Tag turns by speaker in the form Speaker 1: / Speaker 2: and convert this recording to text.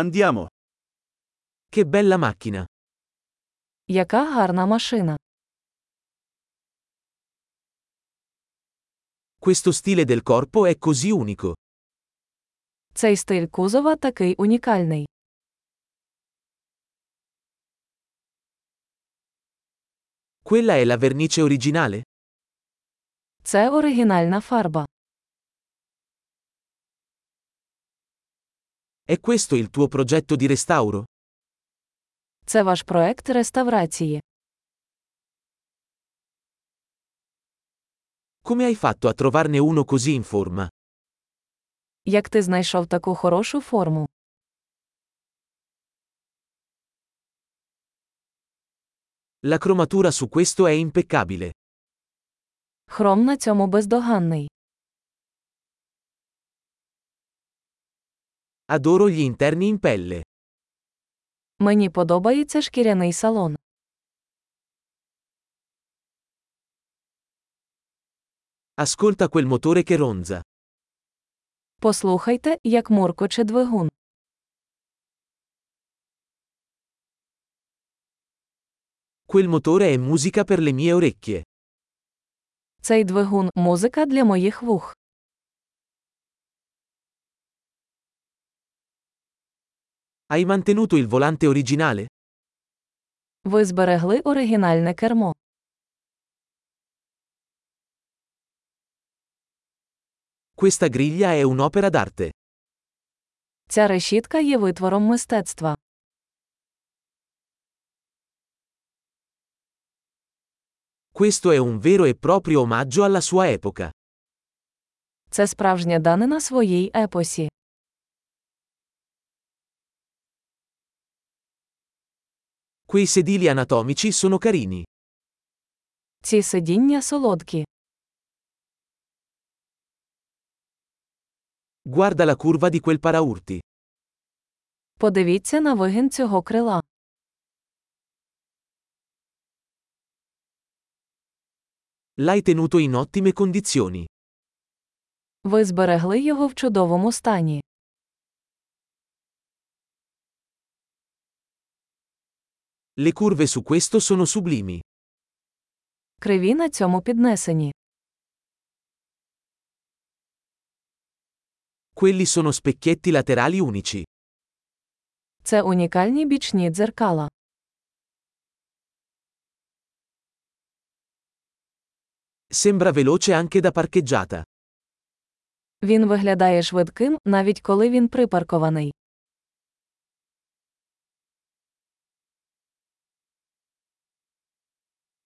Speaker 1: Andiamo. Che bella macchina.
Speaker 2: Яка гарна машина.
Speaker 1: Questo stile del corpo è così unico.
Speaker 2: Цей стиль кузова такий унікальний.
Speaker 1: Quella è la vernice originale?
Speaker 2: Це оригінальна фарба.
Speaker 1: È questo il tuo progetto di restauro?
Speaker 2: Це ваш проект реставрації.
Speaker 1: Come hai fatto a trovarne uno così in forma?
Speaker 2: Як ти знайшов таку хорошу форму?
Speaker 1: La cromatura su questo è impeccabile.
Speaker 2: Хром на цьому бездоганний.
Speaker 1: Adoro gli interni in pelle.
Speaker 2: Мені подобається шкіряний салон.
Speaker 1: Ascolta quel motore che ronza.
Speaker 2: Послухайте, як муркоче двигун.
Speaker 1: Quel motore è musica per le mie orecchie.
Speaker 2: Цей двигун музика для моїх вух.
Speaker 1: Hai mantenuto il volante originale?
Speaker 2: Ви зберегли оригінальне кермо.
Speaker 1: Questa griglia è un'opera d'arte.
Speaker 2: Ця решітка є витвором мистецтва.
Speaker 1: Questo è un vero e proprio omaggio alla sua epoca.
Speaker 2: Це справжня данина своїй епосі.
Speaker 1: Quei sedili anatomici sono carini.
Speaker 2: Ці сидіння солодкі.
Speaker 1: Guarda la curva di quel paraurti.
Speaker 2: Подивіться на вигін цього крила.
Speaker 1: L'hai tenuto in ottime condizioni.
Speaker 2: Ви зберегли його в чудовому стані.
Speaker 1: Le curve su questo sono sublimi.
Speaker 2: Криві на цьому піднесені.
Speaker 1: Quelli sono specchietti laterali unici.
Speaker 2: Це унікальні бічні дзеркала.
Speaker 1: Sembra veloce anche da parcheggiata.
Speaker 2: Він виглядає швидким, навіть коли він припаркований.